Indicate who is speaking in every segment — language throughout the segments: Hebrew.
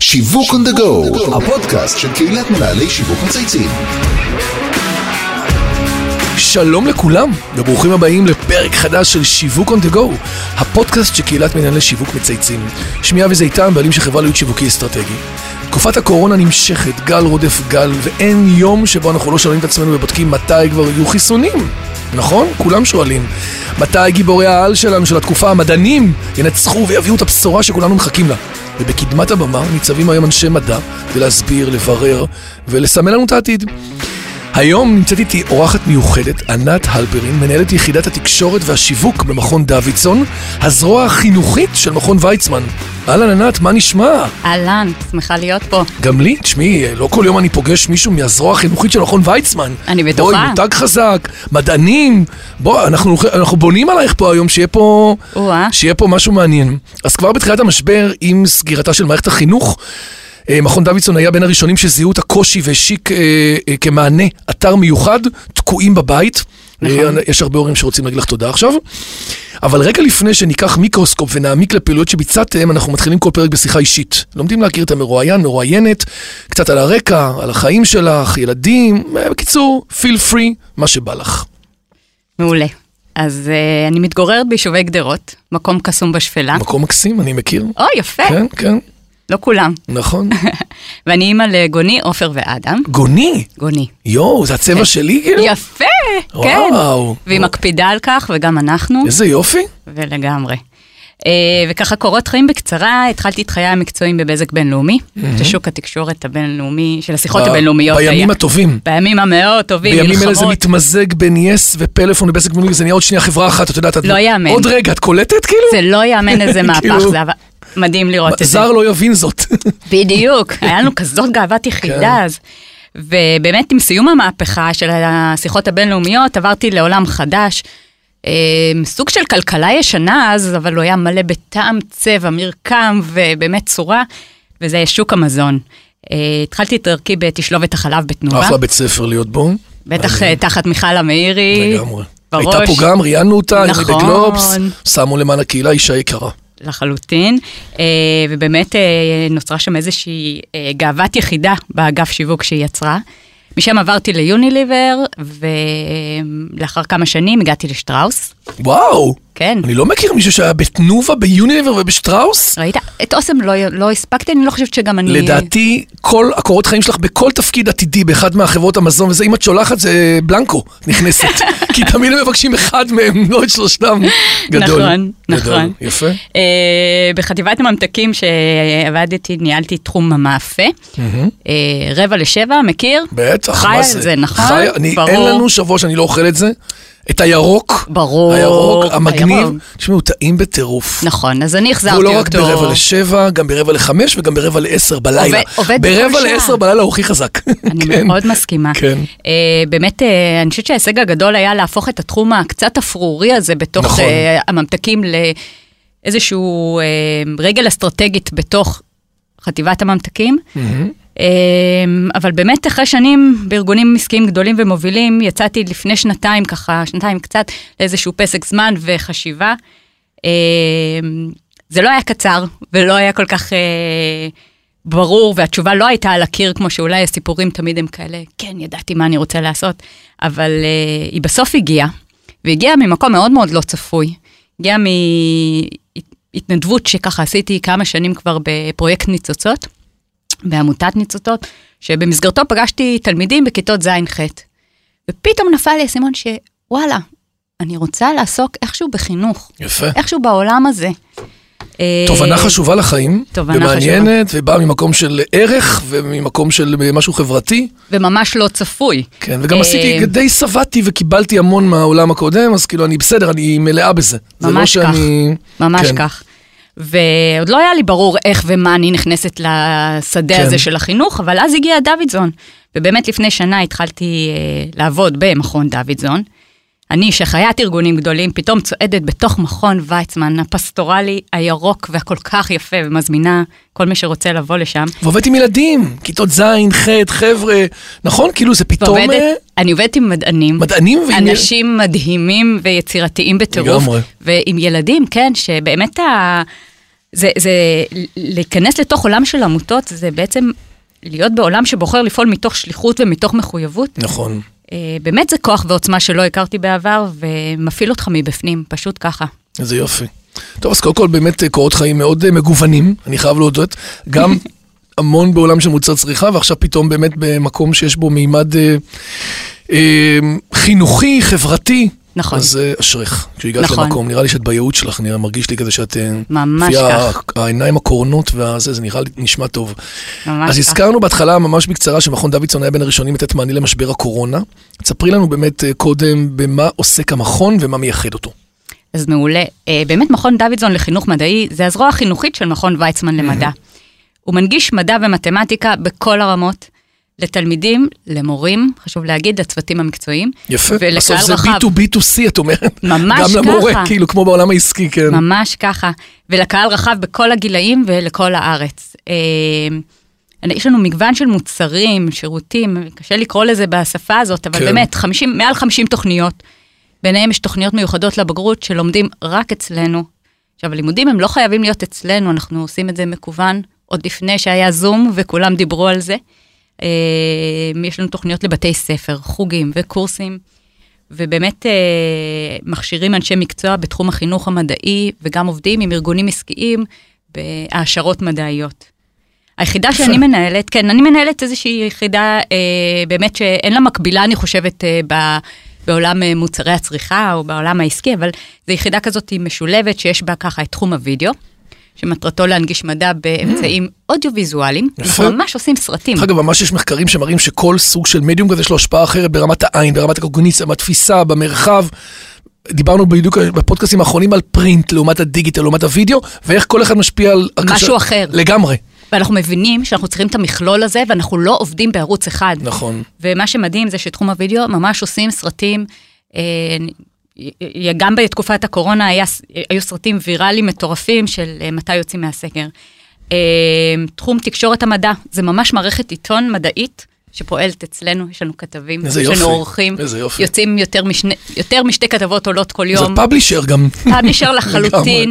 Speaker 1: שיווק on the go, הפודקאסט של קהילת מנהלי שיווק מצייצים.
Speaker 2: שלום לכולם, וברוכים הבאים לפרק חדש של שיווק on the go, הפודקאסט של קהילת מנהלי שיווק מצייצים. שמי אבי זיתן, בעלים של חברה להיות שיווקי אסטרטגי. תקופת הקורונה נמשכת, גל רודף גל, ואין יום שבו אנחנו לא שואלים את עצמנו ובודקים מתי כבר יהיו חיסונים. נכון? כולם שואלים. מתי גיבורי העל שלנו של התקופה, המדענים, ינצחו ויביאו את הבשורה שכולנו מחכים לה? ובקדמת הבמה ניצבים היום אנשי מדע כדי להסביר, לברר ולסמן לנו את העתיד. היום נמצאת איתי אורחת מיוחדת, ענת הלפרין, מנהלת יחידת התקשורת והשיווק במכון דוידסון, הזרוע החינוכית של מכון ויצמן. אהלן ענת, מה נשמע?
Speaker 3: אהלן, שמחה להיות פה.
Speaker 2: גם לי, תשמעי, לא כל יום אני פוגש מישהו מהזרוע החינוכית של מכון ויצמן.
Speaker 3: אני בטוחה.
Speaker 2: בואי, מותג חזק, מדענים. בוא, אנחנו, אנחנו בונים עלייך פה היום, שיהיה פה,
Speaker 3: או-אה.
Speaker 2: שיהיה פה משהו מעניין. אז כבר בתחילת המשבר, עם סגירתה של מערכת החינוך, אה, מכון דוידסון היה בין הראשונים שזיהו את הקושי והשיק אה, אה, כמענה אתר מיוחד, תקועים בבית. אה, יש הרבה הורים שרוצים להגיד לך תודה עכשיו. אבל רגע לפני שניקח מיקרוסקופ ונעמיק לפעילויות שביצעתם, אנחנו מתחילים כל פרק בשיחה אישית. לומדים להכיר את המרואיין, מרואיינת, קצת על הרקע, על החיים שלך, ילדים, אה, בקיצור, feel free, מה שבא לך.
Speaker 3: מעולה. אז uh, אני מתגוררת ביישובי גדרות, מקום קסום בשפלה.
Speaker 2: מקום מקסים, אני מכיר.
Speaker 3: או, יפה,
Speaker 2: כן, כן,
Speaker 3: לא כולם.
Speaker 2: נכון.
Speaker 3: ואני אימא לגוני, עופר ואדם.
Speaker 2: גוני,
Speaker 3: גוני.
Speaker 2: יואו, זה הצבע שלי, כאילו?
Speaker 3: יפה, כן.
Speaker 2: וואו.
Speaker 3: והיא מקפידה על כך, וגם אנחנו,
Speaker 2: איזה יופי.
Speaker 3: ולגמרי. אה, וככה קורות חיים בקצרה, התחלתי את חיי המקצועיים בבזק בינלאומי, של שוק התקשורת הבינלאומי, של השיחות
Speaker 2: ב-
Speaker 3: הבינלאומיות.
Speaker 2: בימים
Speaker 3: היה.
Speaker 2: הטובים.
Speaker 3: בימים המאוד טובים,
Speaker 2: בימים אלה זה
Speaker 3: מלחמות.
Speaker 2: מתמזג בין יס ופלאפון לבזק בינלאומי, זה נהיה עוד שנייה חברה אחת, את יודעת, את-
Speaker 3: לא יאמן.
Speaker 2: עוד רגע, את קולטת כאילו?
Speaker 3: זה לא יאמן איזה מהפך,
Speaker 2: כאילו-
Speaker 3: זה אבל- מדהים לראות את זה.
Speaker 2: זר לא יבין זאת.
Speaker 3: בדיוק, היה לנו כזאת גאוות
Speaker 2: כן.
Speaker 3: יחידה אז. ובאמת עם סיום המהפכה של השיחות הבינלאומיות עברתי לעולם חדש. אה, סוג של כלכלה ישנה אז, אבל הוא היה מלא בטעם, צבע, מרקם ובאמת צורה, וזה שוק המזון. אה, התחלתי את דרכי בתשלובת החלב בתנובה,
Speaker 2: אחלה בית ספר להיות בו.
Speaker 3: בטח אה, תחת מיכל המאירי.
Speaker 2: לגמרי.
Speaker 3: אה, בראש.
Speaker 2: הייתה פה גם, ראיינו אותה, עם
Speaker 3: נכון.
Speaker 2: גלובס, שמו למען הקהילה אישה יקרה.
Speaker 3: לחלוטין, אה, ובאמת אה, נוצרה שם איזושהי אה, גאוות יחידה באגף שיווק שהיא יצרה. משם עברתי ליוניליבר, ולאחר כמה שנים הגעתי לשטראוס,
Speaker 2: וואו!
Speaker 3: כן.
Speaker 2: אני לא מכיר מישהו שהיה בתנובה, ביוניליבר ובשטראוס.
Speaker 3: ראית? את אוסם לא, לא הספקתי, אני לא חושבת שגם אני...
Speaker 2: לדעתי, כל הקורות חיים שלך בכל תפקיד עתידי באחד מהחברות המזון וזה, אם את שולחת זה אה, בלנקו נכנסת. כי תמיד הם מבקשים אחד מהם, לא את שלושתם. גדול.
Speaker 3: נכון,
Speaker 2: גדול.
Speaker 3: נכון.
Speaker 2: יפה.
Speaker 3: אה, בחטיבת הממתקים שעבדתי, ניהלתי את תחום המאפה. אה, רבע לשבע, מכיר?
Speaker 2: בטח,
Speaker 3: חי
Speaker 2: מה
Speaker 3: על
Speaker 2: זה?
Speaker 3: זה, נכון?
Speaker 2: חי- אני-
Speaker 3: ברור.
Speaker 2: אין לנו שבוע שאני לא אוכל את זה. את הירוק.
Speaker 3: ברור,
Speaker 2: הירוק, המגניב.
Speaker 3: הירוק.
Speaker 2: תשמעו, טעים בטירוף.
Speaker 3: נכון, אז אני החזרתי
Speaker 2: והוא
Speaker 3: אותו.
Speaker 2: לא רק ברבע לשבע, גם ברבע לחמש וגם ברבע לעשר בלילה.
Speaker 3: עובד- עובד
Speaker 2: ברבע
Speaker 3: בכל שעה.
Speaker 2: לעשר בלילה הוא הכי חזק.
Speaker 3: אני
Speaker 2: כן.
Speaker 3: מאוד מסכימה.
Speaker 2: כן.
Speaker 3: אה, באמת, אה, אני חושבת שההישג הגדול היה להפוך את התחום הקצת אפרורי הזה בתוך
Speaker 2: נכון.
Speaker 3: אה, הממתקים לאיזשהו אה, רגל אסטרטגית בתוך חטיבת הממתקים. אה, אבל באמת אחרי שנים בארגונים עסקיים גדולים ומובילים, יצאתי לפני שנתיים ככה, שנתיים קצת, לאיזשהו פסק זמן וחשיבה. אה, זה לא היה קצר ולא היה כל כך אה, ברור, והתשובה לא הייתה על הקיר, כמו שאולי הסיפורים תמיד הם כאלה, כן, ידעתי מה אני רוצה לעשות, אבל אה, היא בסוף הגיעה, והגיעה ממקום מאוד מאוד לא צפוי. הגיעה מהתנדבות שככה עשיתי כמה שנים כבר בפרויקט ניצוצות, בעמותת ניצוצות, שבמסגרתו פגשתי תלמידים בכיתות ז'-ח'. ופתאום נפל לי האסימון שוואלה, אני רוצה לעסוק איכשהו בחינוך.
Speaker 2: יפה.
Speaker 3: איכשהו בעולם הזה.
Speaker 2: תובנה
Speaker 3: אה,
Speaker 2: חשובה לחיים,
Speaker 3: תובנה
Speaker 2: ומעניינת, ובאה ממקום של ערך, וממקום של משהו חברתי.
Speaker 3: וממש לא צפוי.
Speaker 2: כן, וגם
Speaker 3: אה,
Speaker 2: עשיתי, די שבעתי וקיבלתי המון מהעולם הקודם, אז כאילו, אני בסדר, אני מלאה בזה. זה לא
Speaker 3: ממש כך.
Speaker 2: שאני-
Speaker 3: ממש
Speaker 2: כן.
Speaker 3: כך. ועוד לא היה לי ברור איך ומה אני נכנסת לשדה
Speaker 2: כן.
Speaker 3: הזה של החינוך, אבל אז הגיע דוידזון. ובאמת לפני שנה התחלתי אה, לעבוד במכון דוידזון. אני, שחיית ארגונים גדולים, פתאום צועדת בתוך מכון ויצמן הפסטורלי, הירוק והכל כך יפה, ומזמינה כל מי שרוצה לבוא לשם.
Speaker 2: ועובדת עם ילדים, כיתות ז', ח', חבר'ה, נכון? כאילו, זה פתאום
Speaker 3: ועובדת,
Speaker 2: אה,
Speaker 3: אני עובדת עם מדענים.
Speaker 2: מדענים ועם...
Speaker 3: אנשים מדהימים ויצירתיים בטירוף.
Speaker 2: לגמרי.
Speaker 3: ועם ילדים, כן, שבאמת ה... זה, זה להיכנס לתוך עולם של עמותות, זה בעצם להיות בעולם שבוחר לפעול מתוך שליחות ומתוך מחויבות.
Speaker 2: נכון.
Speaker 3: אה, באמת זה כוח ועוצמה שלא הכרתי בעבר, ומפעיל אותך מבפנים, פשוט ככה.
Speaker 2: איזה יופי. טוב, אז קודם כל באמת אה, קורות חיים מאוד אה, מגוונים, אני חייב להודות. גם המון בעולם של מוצר צריכה, ועכשיו פתאום באמת במקום שיש בו מימד אה, אה, חינוכי, חברתי.
Speaker 3: נכון.
Speaker 2: אז אה, אשריך, כשהגעת
Speaker 3: נכון.
Speaker 2: למקום, נראה לי שאת בייעוד שלך, נראה, מרגיש לי כזה שאת... אה,
Speaker 3: ממש
Speaker 2: לפי ה-
Speaker 3: כך.
Speaker 2: העיניים הקורנות והזה, זה נראה לי, נשמע טוב.
Speaker 3: ממש
Speaker 2: אז
Speaker 3: כך.
Speaker 2: הזכרנו בהתחלה, ממש בקצרה, שמכון דוידסון היה בין הראשונים לתת מענה למשבר הקורונה. תספרי לנו באמת אה, קודם במה עוסק המכון ומה מייחד אותו.
Speaker 3: אז מעולה. אה, באמת מכון דוידזון לחינוך מדעי זה הזרוע החינוכית של מכון ויצמן למדע. הוא מנגיש מדע ומתמטיקה בכל הרמות, לתלמידים, למורים, חשוב להגיד, לצוותים המקצועיים.
Speaker 2: יפה,
Speaker 3: ולקהל
Speaker 2: בסוף זה
Speaker 3: רחב.
Speaker 2: B2B2C, את אומרת.
Speaker 3: ממש
Speaker 2: גם למורה,
Speaker 3: ככה.
Speaker 2: כאילו, כמו בעולם העסקי, כן.
Speaker 3: ממש ככה, ולקהל רחב בכל הגילאים ולכל הארץ. אה, יש לנו מגוון של מוצרים, שירותים, קשה לקרוא לזה בשפה הזאת,
Speaker 2: כן.
Speaker 3: אבל כן. באמת, 50, מעל 50 תוכניות. ביניהם יש תוכניות מיוחדות לבגרות שלומדים רק אצלנו. עכשיו, הלימודים הם לא חייבים להיות אצלנו, אנחנו עושים את זה מקוון, עוד לפני שהיה זום וכולם דיברו על זה. אה, יש לנו תוכניות לבתי ספר, חוגים וקורסים. ובאמת אה, מכשירים אנשי מקצוע בתחום החינוך המדעי, וגם עובדים עם ארגונים עסקיים בהעשרות מדעיות. היחידה שאני מנהלת, כן, אני מנהלת איזושהי יחידה אה, באמת שאין לה מקבילה, אני חושבת, אה, ב, בעולם אה, מוצרי הצריכה או בעולם העסקי, אבל זו יחידה כזאת היא משולבת שיש בה ככה את תחום הוידאו, שמטרתו להנגיש מדע באמצעים אודיו-ויזואליים. אנחנו
Speaker 2: Mm. יפה.
Speaker 3: ממש עושים סרטים.
Speaker 2: דרך אגב, ממש יש מחקרים שמראים שכל סוג של מדיום כזה, יש לו השפעה אחרת ברמת העין, ברמת הקוגניציה, בתפיסה, במרחב. דיברנו בדיוק בפודקאסטים האחרונים על פרינט לעומת הדיגיטל, לעומת הוידאו, ואיך כל אחד משפיע על...
Speaker 3: משהו אחר.
Speaker 2: לגמרי,
Speaker 3: ואנחנו מבינים שאנחנו צריכים את המכלול הזה, ואנחנו לא עובדים בערוץ אחד.
Speaker 2: נכון.
Speaker 3: ומה שמדהים זה שתחום הוידאו ממש עושים סרטים, אה, י- י- גם בתקופת הקורונה היה, ס- היו סרטים ויראליים מטורפים של אה, מתי יוצאים מהסגר. אה, תחום תקשורת המדע, זה ממש מערכת עיתון מדעית שפועלת אצלנו, יש לנו כתבים, יש
Speaker 2: איזה יופי,
Speaker 3: לנו עורכים,
Speaker 2: איזה יופי.
Speaker 3: יוצאים יותר, משני, יותר משתי כתבות עולות כל
Speaker 2: זה
Speaker 3: יום.
Speaker 2: פאבלישר גם.
Speaker 3: פאבלישר לחלוטין,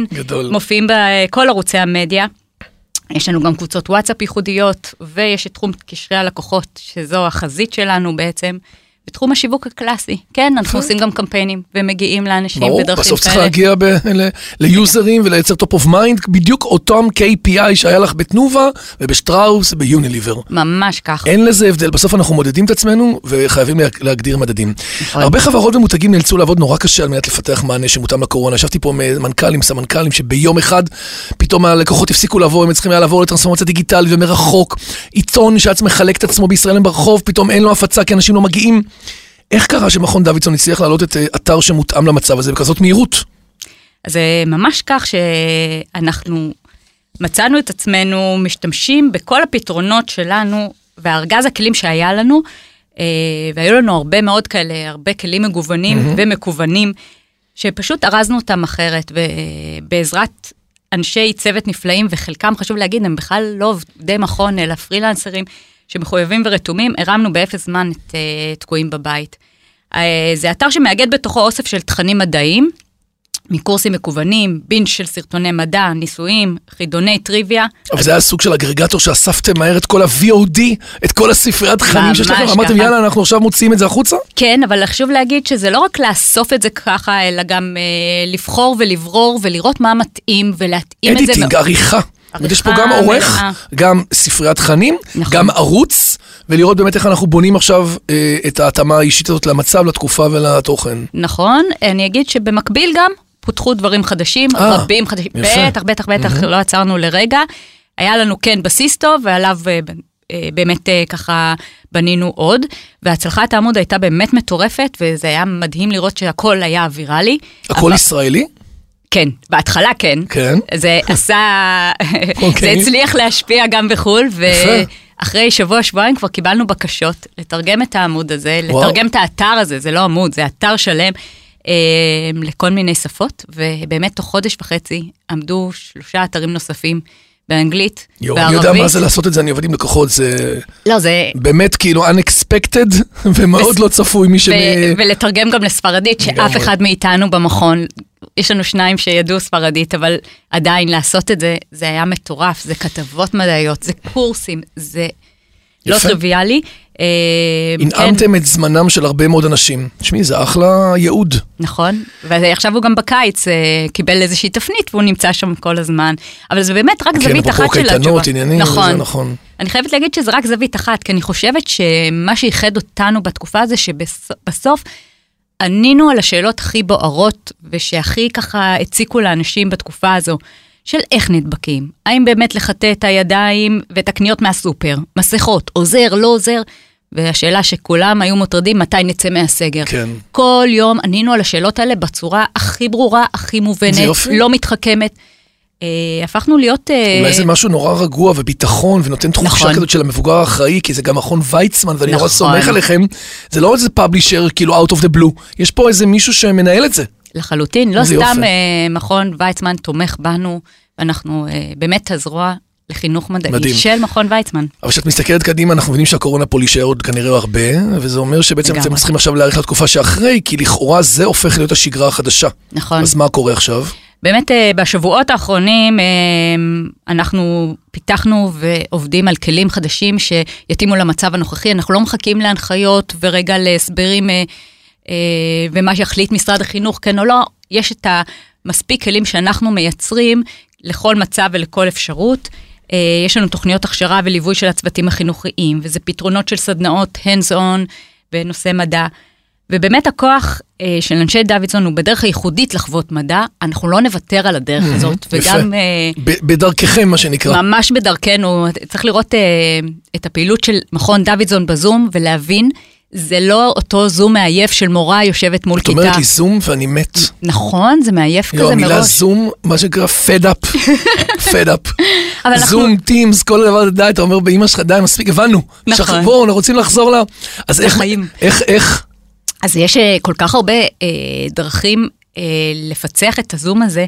Speaker 2: לגמרי, גדול.
Speaker 3: מופיעים בכל ערוצי המדיה. יש לנו גם קבוצות וואטסאפ ייחודיות, ויש את תחום קשרי הלקוחות, שזו החזית שלנו בעצם. בתחום השיווק הקלאסי, כן, אנחנו עושים גם קמפיינים, ומגיעים לאנשים
Speaker 2: אוקיי. ברור,
Speaker 3: בדרכים כאלה.
Speaker 2: בסוף צריך להגיע ב- ל- ליוזרים ולייצר top of mind, בדיוק אותם KPI שהיה לך בתנובה ובשטראוס וביוניליבר.
Speaker 3: ממש ככה.
Speaker 2: אין לזה הבדל, בסוף אנחנו מודדים את עצמנו וחייבים לה- להגדיר מדדים.
Speaker 3: נכון.
Speaker 2: הרבה חברות ומותגים נאלצו לעבוד נורא קשה על מנת לפתח מענה שמותאם לקורונה. ישבתי פה עם מנכ"לים, סמנכ"לים, שביום אחד פתאום הלקוחות הפסיקו לבוא, הם צריכים היה לעבור לטרנספורמציה דיגיטלית ומרחוק. עיתון שהיה צריך לחלק את עצמו בישראל ברחוב, פתאום אין לו הפצה כי אנשים לא מגיעים. איך קרה שמכון דוידסון הצליח להעלות את אה, אתר שמותאם למצב הזה בכזאת מהירות?
Speaker 3: אז זה ממש כך שאנחנו מצאנו את עצמנו משתמשים בכל הפתרונות שלנו וארגז הכלים שהיה לנו, אה, והיו לנו הרבה מאוד כאלה, הרבה כלים מגוונים mm-hmm. ומקוונים, שפשוט ארזנו אותם אחרת, ובעזרת אנשי צוות נפלאים, וחלקם, חשוב להגיד, הם בכלל לא עובדי מכון, אלא פרילנסרים שמחויבים ורתומים, הרמנו באפס זמן את אה, תקועים בבית. אה, זה אתר שמאגד בתוכו אוסף של תכנים מדעיים, מקורסים מקוונים, בינג' של סרטוני מדע, ניסויים, חידוני טריוויה.
Speaker 2: אבל זה היה סוג של אגרגטור שאספתם מהר את כל ה-VOD, את כל הספריית תכנים שיש לכם,
Speaker 3: ממש
Speaker 2: אמרתם
Speaker 3: ככה.
Speaker 2: יאללה, אנחנו עכשיו מוציאים את זה החוצה?
Speaker 3: כן, אבל חשוב להגיד שזה לא רק לאסוף את זה ככה, אלא גם אה, לבחור ולברור ולראות מה מתאים ולהתאים את זה. לא-
Speaker 2: אדיטינג, עריכה. זאת אומרת, יש פה גם עורך,
Speaker 3: מלאה.
Speaker 2: גם ספריית תכנים,
Speaker 3: נכון.
Speaker 2: גם ערוץ, ולראות באמת איך אנחנו בונים עכשיו אה, את ההתאמה האישית הזאת למצב, לתקופה ולתוכן.
Speaker 3: נכון, אני אגיד שבמקביל גם פותחו דברים חדשים,
Speaker 2: אה,
Speaker 3: רבים חדשים.
Speaker 2: יפה.
Speaker 3: בטח, בטח, בטח, לא עצרנו לרגע. היה לנו כן בסיס טוב, ועליו אה, ב- אה, באמת אה, ככה בנינו עוד, והצלחת העמוד הייתה באמת מטורפת, וזה היה מדהים לראות שהכל היה ויראלי.
Speaker 2: הכל ישראלי?
Speaker 3: כן, בהתחלה כן.
Speaker 2: כן.
Speaker 3: זה עשה, זה
Speaker 2: אוקיי.
Speaker 3: הצליח להשפיע גם בחו"ל,
Speaker 2: יפה.
Speaker 3: ואחרי שבוע-שבועיים כבר קיבלנו בקשות לתרגם את העמוד הזה,
Speaker 2: וואו.
Speaker 3: לתרגם את האתר הזה, זה לא עמוד, זה אתר שלם, אה, לכל מיני שפות, ובאמת תוך חודש וחצי עמדו שלושה אתרים נוספים באנגלית,
Speaker 2: יואו, אני
Speaker 3: בערבית.
Speaker 2: יודע מה זה לעשות את זה, אני עובד עם לקוחות, זה
Speaker 3: לא, זה...
Speaker 2: באמת כאילו unexpected, ומאוד
Speaker 3: וס-
Speaker 2: לא צפוי מי ש...
Speaker 3: ו- ולתרגם גם לספרדית, שאף
Speaker 2: לגמרי.
Speaker 3: אחד מאיתנו במכון יש לנו שניים שידעו ספרדית, אבל עדיין לעשות את זה, זה היה מטורף, זה כתבות מדעיות, זה קורסים, זה לא
Speaker 2: יפה.
Speaker 3: טריוויאלי. אה, כן,
Speaker 2: הנעמתם את זמנם של הרבה מאוד אנשים. תשמעי, זה אחלה ייעוד.
Speaker 3: נכון, ועכשיו הוא גם בקיץ אה, קיבל איזושהי תפנית והוא נמצא שם כל הזמן, אבל זה באמת רק
Speaker 2: כן,
Speaker 3: זווית אחת של
Speaker 2: אפרופו
Speaker 3: התשובה.
Speaker 2: קייטנות, עניינים, זה
Speaker 3: נכון,
Speaker 2: נכון.
Speaker 3: אני חייבת להגיד שזה רק זווית אחת, כי אני חושבת שמה שאיחד אותנו בתקופה זה שבסוף ענינו על השאלות הכי בוערות ושהכי ככה הציקו לאנשים בתקופה הזו, של איך נדבקים, האם באמת לחטא את הידיים ואת הקניות מהסופר, מסכות, עוזר, לא עוזר, והשאלה שכולם היו מוטרדים, מתי נצא מהסגר.
Speaker 2: כן.
Speaker 3: כל יום ענינו על השאלות האלה בצורה הכי ברורה, הכי
Speaker 2: זה
Speaker 3: מובנת,
Speaker 2: יופי.
Speaker 3: לא מתחכמת. אה, הפכנו להיות... אה,
Speaker 2: אולי זה משהו נורא רגוע וביטחון ונותן תחושה
Speaker 3: נכון.
Speaker 2: כזאת של המבוגר האחראי, כי זה גם מכון ויצמן ואני נורא
Speaker 3: נכון.
Speaker 2: סומך עליכם. זה לא איזה פאבלישר כאילו out of the blue, יש פה איזה מישהו שמנהל את זה.
Speaker 3: לחלוטין, לא
Speaker 2: זה
Speaker 3: סתם
Speaker 2: יופי.
Speaker 3: אה, מכון ויצמן תומך בנו, ואנחנו אה, באמת הזרוע לחינוך מדעי
Speaker 2: מדהים.
Speaker 3: של מכון ויצמן.
Speaker 2: אבל כשאת מסתכלת קדימה, אנחנו מבינים שהקורונה פה להישאר עוד כנראה הרבה, וזה אומר שבעצם אתם
Speaker 3: לגמרי.
Speaker 2: צריכים עכשיו להאריך לתקופה שאחרי, כי לכאורה זה הופך להיות השגרה החדשה.
Speaker 3: נכון.
Speaker 2: אז מה קורה עכשיו?
Speaker 3: באמת אה, בשבועות האחרונים אה, אנחנו פיתחנו ועובדים על כלים חדשים שיתאימו למצב הנוכחי, אנחנו לא מחכים להנחיות ורגע להסברים אה, אה, ומה שיחליט משרד החינוך כן או לא, יש את המספיק כלים שאנחנו מייצרים לכל מצב ולכל אפשרות. אה, יש לנו תוכניות הכשרה וליווי של הצוותים החינוכיים, וזה פתרונות של סדנאות hands-on בנושא מדע. ובאמת הכוח אה, של אנשי דוידסון הוא בדרך הייחודית לחוות מדע, אנחנו לא נוותר על הדרך הזאת,
Speaker 2: יפה.
Speaker 3: וגם אה,
Speaker 2: ב- בדרככם, מה שנקרא.
Speaker 3: ממש בדרכנו, צריך לראות אה, את הפעילות של מכון דוידסון בזום ולהבין, זה לא אותו זום מעייף של מורה יושבת מול
Speaker 2: את
Speaker 3: כיתה.
Speaker 2: אומרת לי זום ואני מת.
Speaker 3: נכון, זה מעייף
Speaker 2: לא,
Speaker 3: כזה
Speaker 2: המילה
Speaker 3: מראש.
Speaker 2: זום, מה שנקרא פד אפ. פד אפ.
Speaker 3: אבל אנחנו-
Speaker 2: זום, טימס, כל הדבר הזה, די, אתה אומר באמא שלך, די, מספיק, הבנו.
Speaker 3: נכון.
Speaker 2: שח- בואו, אנחנו רוצים לחזור ל... אז איך,
Speaker 3: לחיים.
Speaker 2: איך, איך,
Speaker 3: אז יש אה, כל כך הרבה אה, דרכים אה, לפצח את הזום הזה.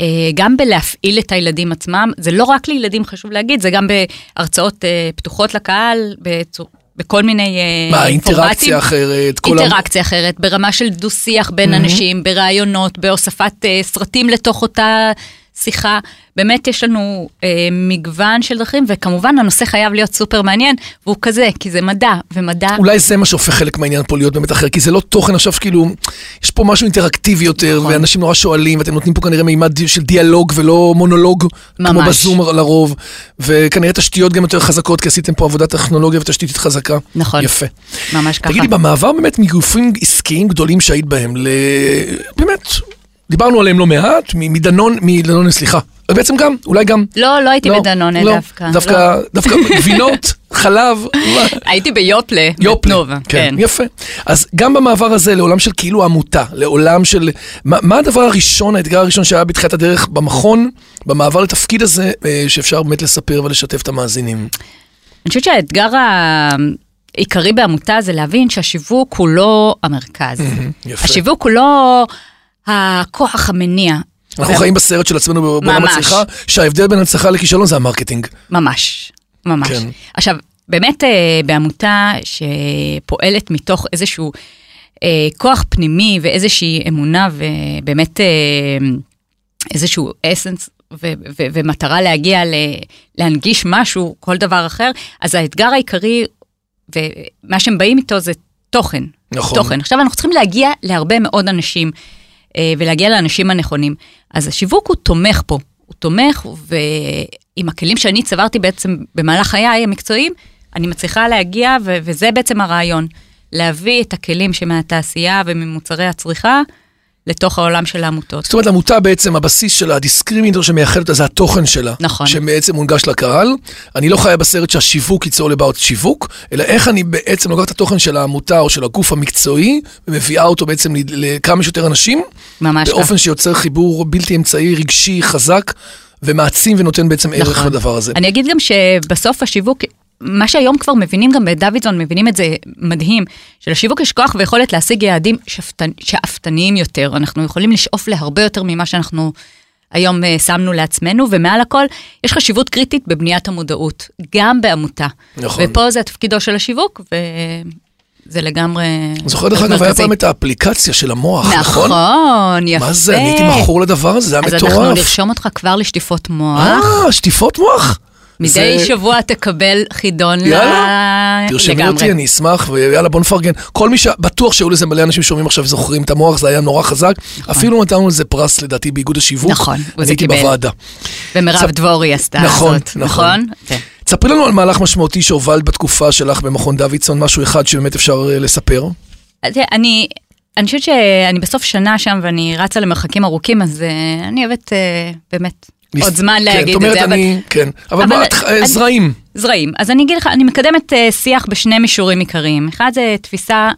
Speaker 3: אה, גם בלהפעיל את הילדים עצמם, זה לא רק לילדים חשוב להגיד, זה גם בהרצאות אה, פתוחות לקהל, בצור, בכל מיני אה,
Speaker 2: מה, אינטראקציה
Speaker 3: פורמטים.
Speaker 2: אחרת, כל ה...
Speaker 3: אינטראקציה אחרת, ברמה של דו-שיח בין אנשים, ברעיונות, בהוספת אה, סרטים לתוך אותה שיחה. באמת יש לנו אה, מגוון של דרכים, וכמובן הנושא חייב להיות סופר מעניין, והוא כזה, כי זה מדע, ומדע...
Speaker 2: אולי זה מה שהופך חלק מהעניין פה להיות באמת אחר, כי זה לא תוכן עכשיו כאילו, יש פה משהו אינטראקטיבי יותר,
Speaker 3: נכון.
Speaker 2: ואנשים נורא שואלים, ואתם נותנים פה כנראה מימד של דיאלוג ולא מונולוג, כמו
Speaker 3: ממש.
Speaker 2: בזום לרוב, וכנראה תשתיות גם יותר חזקות, כי עשיתם פה עבודת טכנולוגיה ותשתיתית חזקה.
Speaker 3: נכון.
Speaker 2: יפה.
Speaker 3: ממש ככה.
Speaker 2: תגידי, במעבר באמת מגופים עסקיים גדולים שהיית בהם, ל... באמת, דיברנו עליהם לא מעט, מ- מדנון, מדנון, סליחה. בעצם גם, אולי גם.
Speaker 3: לא, לא הייתי
Speaker 2: לא,
Speaker 3: בדנונה
Speaker 2: לא,
Speaker 3: דווקא. לא.
Speaker 2: דווקא, דווקא גבינות, חלב. מה?
Speaker 3: הייתי ביופלה.
Speaker 2: יופלה,
Speaker 3: בתנובה, כן.
Speaker 2: יפה. אז גם במעבר הזה לעולם של כאילו עמותה, לעולם של... מה, מה הדבר הראשון, האתגר הראשון שהיה בתחילת הדרך במכון, במעבר לתפקיד הזה, אה, שאפשר באמת לספר ולשתף את המאזינים?
Speaker 3: אני חושבת שהאתגר העיקרי בעמותה זה להבין שהשיווק הוא לא המרכז.
Speaker 2: יפה.
Speaker 3: השיווק הוא לא הכוח המניע.
Speaker 2: אנחנו חיים בסרט של עצמנו בעולם
Speaker 3: ממש.
Speaker 2: הצליחה, שההבדל בין הצלחה לכישלון זה המרקטינג.
Speaker 3: ממש, ממש.
Speaker 2: כן.
Speaker 3: כן. עכשיו, באמת אה, בעמותה שפועלת מתוך איזשהו אה, כוח פנימי ואיזושהי אמונה ובאמת אה, איזשהו אסנס ו- ו- ומטרה להגיע ל- להנגיש משהו, כל דבר אחר, אז האתגר העיקרי ומה שהם באים איתו זה תוכן.
Speaker 2: נכון.
Speaker 3: תוכן. עכשיו אנחנו צריכים להגיע להרבה מאוד אנשים אה, ולהגיע לאנשים הנכונים. אז השיווק הוא תומך פה, הוא תומך, ועם הכלים שאני צברתי בעצם במהלך חיי המקצועיים, אני מצליחה להגיע, ו- וזה בעצם הרעיון, להביא את הכלים שמהתעשייה וממוצרי הצריכה לתוך העולם של העמותות.
Speaker 2: זאת אומרת, עמותה בעצם, הבסיס שלה, הדיסקרימינטור שמייחד אותה, זה התוכן שלה.
Speaker 3: נכון.
Speaker 2: שבעצם מונגש לקהל. אני לא חיה בסרט שהשיווק ייצור לבעיות שיווק, אלא איך אני בעצם לוקח את התוכן של העמותה או של הגוף המקצועי, ומביאה אותו בעצם ל- לכמה שיותר אנשים,
Speaker 3: ממש לא. ככה.
Speaker 2: באופן שיוצר חיבור בלתי אמצעי, רגשי, חזק, ומעצים ונותן בעצם ערך
Speaker 3: נכון.
Speaker 2: לדבר הזה.
Speaker 3: אני אגיד גם שבסוף השיווק, מה שהיום כבר מבינים גם בדוידסון, מבינים את זה מדהים, שלשיווק יש כוח ויכולת להשיג יעדים שפתנ... שאפתניים יותר. אנחנו יכולים לשאוף להרבה יותר ממה שאנחנו היום אה, שמנו לעצמנו, ומעל הכל, יש חשיבות קריטית בבניית המודעות, גם בעמותה.
Speaker 2: נכון.
Speaker 3: ופה זה תפקידו של השיווק, זה לגמרי...
Speaker 2: זוכר דרך אגב, היה
Speaker 3: מרכזי.
Speaker 2: פעם את האפליקציה של המוח, נכון?
Speaker 3: נכון, יפה.
Speaker 2: מה זה, אני הייתי מכור לדבר הזה, זה היה
Speaker 3: אז אנחנו
Speaker 2: מטורף.
Speaker 3: נרשום אותך כבר לשטיפות מוח.
Speaker 2: אה, שטיפות מוח?
Speaker 3: מדי
Speaker 2: זה-
Speaker 3: שבוע תקבל חידון ל-
Speaker 2: יאללה, תרשמי
Speaker 3: אה, לגמרי.
Speaker 2: אותי, אני אשמח, ויאללה בוא נפרגן. כל מי ש... בטוח שהיו לזה מלא אנשים שומעים עכשיו זוכרים את המוח, זה היה נורא חזק. אפילו נתנו לזה פרס לדעתי באיגוד השיווק.
Speaker 3: נכון,
Speaker 2: אני
Speaker 3: וזה
Speaker 2: הייתי
Speaker 3: קיבל.
Speaker 2: בוועדה.
Speaker 3: ומירב
Speaker 2: צפ-
Speaker 3: דבורי עשתה
Speaker 2: נכון,
Speaker 3: זאת,
Speaker 2: נכון.
Speaker 3: נכון? כן.
Speaker 2: תספרי לנו על מהלך משמעותי שהובלת בתקופה שלך במכון דוידסון, משהו אחד שבאמת אפשר אה, לספר.
Speaker 3: אז תראה, אני, אני חושבת שאני בסוף שנה שם ואני רצה למרחקים ארוכים, אז אה, אני אוהבת אה, באמת עוד זמן
Speaker 2: כן,
Speaker 3: להגיד
Speaker 2: את
Speaker 3: את
Speaker 2: אומרת,
Speaker 3: זה, אבל
Speaker 2: אני... כן, אבל
Speaker 3: אבל
Speaker 2: מה, את-
Speaker 3: אני-
Speaker 2: אה, זרעים.
Speaker 3: זרעים. אז אני אגיד לך, אני מקדמת אה, שיח בשני מישורים עיקריים. אחד זה תפיסה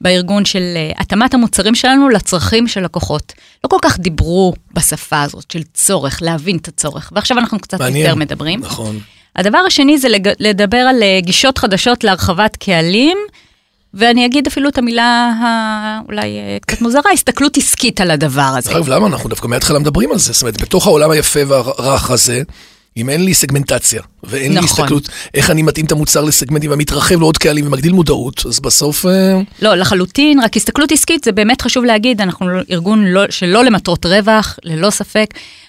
Speaker 3: בארגון של אה, התאמת המוצרים שלנו לצרכים של לקוחות. לא כל כך דיברו בשפה הזאת של צורך, להבין את הצורך, ועכשיו אנחנו קצת
Speaker 2: מעניין.
Speaker 3: יותר מדברים.
Speaker 2: נכון.
Speaker 3: הדבר השני זה לג- לדבר על אה, גישות חדשות להרחבת קהלים, ואני אגיד אפילו את המילה האולי אה, קצת מוזרה, הסתכלות עסקית על הדבר הזה.
Speaker 2: דרך אגב, למה אנחנו דווקא מההתחלה מדברים על זה? זאת אומרת, בתוך העולם היפה והרך הזה, אם אין לי סגמנטציה, ואין לי
Speaker 3: נכון.
Speaker 2: הסתכלות איך אני מתאים את המוצר לסגמנטים ומתרחב לעוד קהלים ומגדיל מודעות, אז בסוף... אה,
Speaker 3: לא, לחלוטין, רק הסתכלות עסקית, זה באמת חשוב להגיד, אנחנו לא- ארגון לא, שלא למטרות רווח, ללא ספק.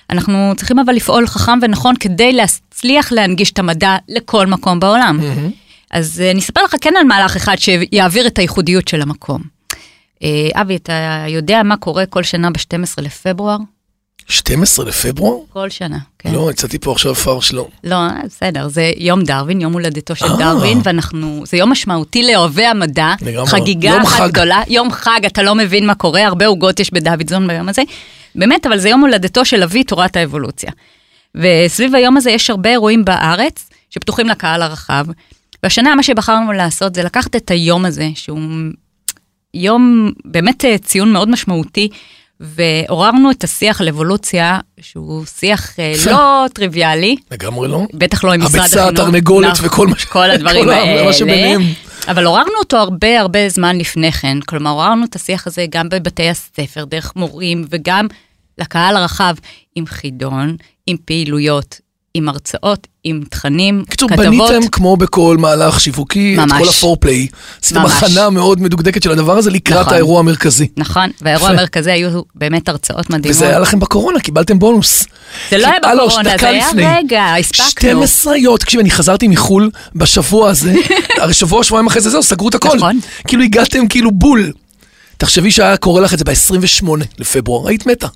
Speaker 3: אנחנו צריכים אבל לפעול חכם ונכון כדי להצליח להנגיש את המדע לכל מקום בעולם. אז אה, אני אספר לך כן על מהלך אחד שיעביר את הייחודיות של המקום. אה, אבי, אתה יודע מה קורה כל שנה ב-12 לפברואר?
Speaker 2: 12 לפברואר?
Speaker 3: כל שנה, כן.
Speaker 2: לא, הצעתי פה עכשיו פרש, לא.
Speaker 3: לא, בסדר, זה יום דרווין, יום הולדתו של
Speaker 2: אה.
Speaker 3: דרווין, ואנחנו, זה יום משמעותי לאוהבי המדע,
Speaker 2: לגמרי.
Speaker 3: חגיגה
Speaker 2: יום
Speaker 3: אחת
Speaker 2: חג.
Speaker 3: גדולה, יום חג, אתה לא מבין מה קורה, הרבה עוגות יש בדוידזון ביום הזה. באמת, אבל זה יום הולדתו של אבי תורת האבולוציה. וסביב היום הזה יש הרבה אירועים בארץ שפתוחים לקהל הרחב, והשנה מה שבחרנו לעשות זה לקחת את היום הזה, שהוא יום באמת אה, ציון מאוד משמעותי. ועוררנו את השיח על אבולוציה, שהוא שיח אה,
Speaker 2: יפה.
Speaker 3: לא טריוויאלי,
Speaker 2: לגמרי לא.
Speaker 3: בטח לא עם משרד החינוך.
Speaker 2: הביצה, התרנגולת
Speaker 3: נכון,
Speaker 2: וכל מה ש-
Speaker 3: כל הדברים
Speaker 2: כל ה-
Speaker 3: האלה.
Speaker 2: מה שביניהם.
Speaker 3: אבל עוררנו אותו הרבה הרבה זמן לפני כן. כלומר, עוררנו את השיח הזה גם בבתי הספר, דרך מורים, וגם לקהל הרחב, עם חידון, עם פעילויות, עם הרצאות, עם תכנים,
Speaker 2: בקיצור,
Speaker 3: כתבות.
Speaker 2: בניתם כמו בכל מהלך שיווקי, את
Speaker 3: ממש.
Speaker 2: כל הפורפליי. עשיתם
Speaker 3: ממש.
Speaker 2: הכנה מאוד מדוקדקת של הדבר הזה לקראת
Speaker 3: נכון.
Speaker 2: האירוע המרכזי.
Speaker 3: נכון, והאירוע
Speaker 2: יפה.
Speaker 3: המרכזי היו באמת הרצאות מדהימות.
Speaker 2: וזה היה לכם בקורונה, קיבלתם בונוס.
Speaker 3: זה לא היה
Speaker 2: כי- אה,
Speaker 3: בקורונה,
Speaker 2: דקה
Speaker 3: זה היה-
Speaker 2: לפני.
Speaker 3: רגע, הספקנו.
Speaker 2: 12 יום, תקשיב, אני חזרתי מחו"ל בשבוע הזה, הרי שבוע, שבועיים אחרי זה, זהו, סגרו את הכל.
Speaker 3: נכון.
Speaker 2: כאילו הגעתם כאילו בול. תחשבי שהיה קורה לך את זה ב-28 לפברואר, היית מתה.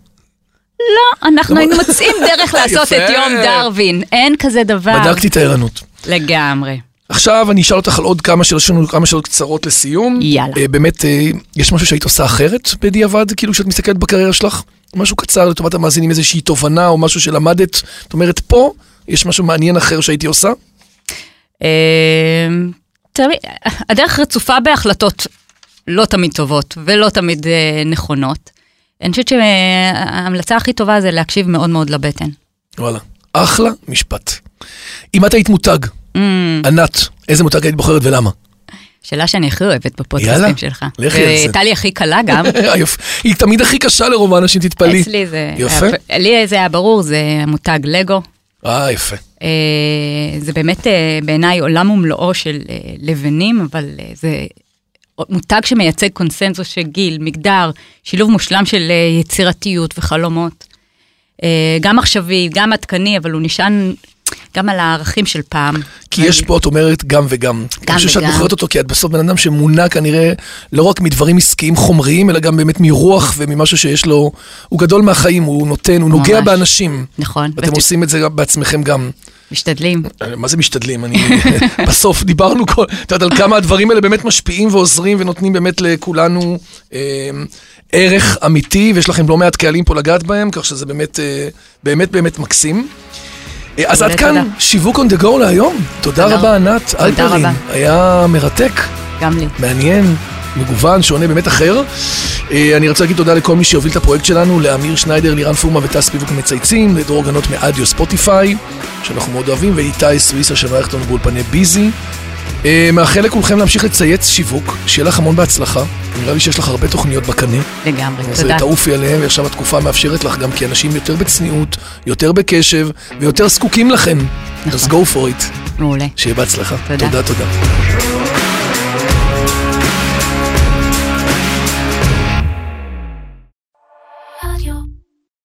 Speaker 3: לא, אנחנו היינו מוצאים דרך לעשות
Speaker 2: יפה.
Speaker 3: את יום דרווין, אין כזה דבר.
Speaker 2: בדקתי את הערנות.
Speaker 3: לגמרי.
Speaker 2: עכשיו אני אשאל אותך על עוד כמה שאלות, יש לנו כמה שאלות קצרות לסיום.
Speaker 3: יאללה.
Speaker 2: אה, באמת, אה, יש משהו שהיית עושה אחרת בדיעבד, כאילו כשאת מסתכלת בקריירה שלך? משהו קצר לטובת המאזינים, איזושהי תובנה או משהו שלמדת. זאת אומרת, פה יש משהו מעניין אחר שהייתי עושה?
Speaker 3: אמ, תראי, הדרך רצופה בהחלטות לא תמיד טובות ולא תמיד אה, נכונות. אני חושבת שההמלצה הכי טובה זה להקשיב מאוד מאוד לבטן.
Speaker 2: וואלה. אחלה משפט. אם את היית מותג,
Speaker 3: אמ,
Speaker 2: ענת, איזה מותג היית בוחרת ולמה?
Speaker 3: שאלה שאני הכי אוהבת
Speaker 2: יאללה,
Speaker 3: בפודקאסטים שלך.
Speaker 2: לכי על זה.
Speaker 3: והייתה לי הכי קלה גם.
Speaker 2: יופ. אה, היא תמיד הכי קשה לרוב האנשים, תתפלאי.
Speaker 3: אצלי זה...
Speaker 2: יפה.
Speaker 3: היה- לי זה היה ברור, זה המותג לגו.
Speaker 2: אה, יפה.
Speaker 3: אה, זה באמת אה, בעיניי עולם ומלואו של אה, לבנים, אבל אה, זה מותג שמייצג קונסנזוס של גיל, מגדר, שילוב מושלם של אה, יצירתיות וחלומות. אה, גם עכשווי, גם עדכני, אבל הוא נשען גם על הערכים של פעם.
Speaker 2: כי יש פה, את אומרת, גם וגם. גם וגם. אני חושב שאת
Speaker 3: וגם.
Speaker 2: בוחרת אותו כי את בסוף בן אדם שמונע כנראה לא רק מדברים עסקיים חומריים, אלא גם באמת מרוח וממשהו שיש לו, הוא גדול מהחיים, הוא נותן, הוא נוגע
Speaker 3: ממש.
Speaker 2: באנשים.
Speaker 3: נכון,
Speaker 2: ואתם
Speaker 3: ואת-
Speaker 2: עושים את זה גם בעצמכם גם.
Speaker 3: משתדלים.
Speaker 2: מה זה משתדלים? אני... בסוף דיברנו כל... את יודעת, על כמה הדברים האלה באמת משפיעים ועוזרים ונותנים באמת לכולנו אה, ערך אמיתי, ויש לכם לא מעט קהלים פה לגעת בהם, כך שזה באמת אה, באמת באמת מקסים. אה, אז עד
Speaker 3: באמת
Speaker 2: כאן
Speaker 3: תודה.
Speaker 2: שיווק on the go להיום. תודה
Speaker 3: תודה.
Speaker 2: רבה, ענת
Speaker 3: תודה
Speaker 2: אלפרין.
Speaker 3: רבה.
Speaker 2: היה מרתק.
Speaker 3: גם לי.
Speaker 2: מעניין, מגוון, שונה, באמת אחר. אה, אני רוצה להגיד תודה לכל מי שהוביל את הפרויקט שלנו, לאמיר שניידר, לירן פורמה וטס פיבוק מצייצים, לדרור גנות מאדיו ספוטיפיי, שאנחנו מאוד אוהבים, ואיתי סוויסה שמערכת אותנו באולפני ביזי. אה, מאחל לכולכם להמשיך לצייץ שיווק, שיהיה לך המון בהצלחה. נראה לי שיש לך הרבה תוכניות בקנה,
Speaker 3: לגמרי,
Speaker 2: אז אה,
Speaker 3: תודה.
Speaker 2: תעופי עליהן, ועכשיו התקופה מאפשרת לך גם כי אנשים יותר בצניעות, יותר בקשב, ויותר זקוקים לכם. אז go for it,
Speaker 3: מעולה.
Speaker 2: שיהיה בהצלחה.
Speaker 3: נכון. תודה.
Speaker 2: תודה, תודה.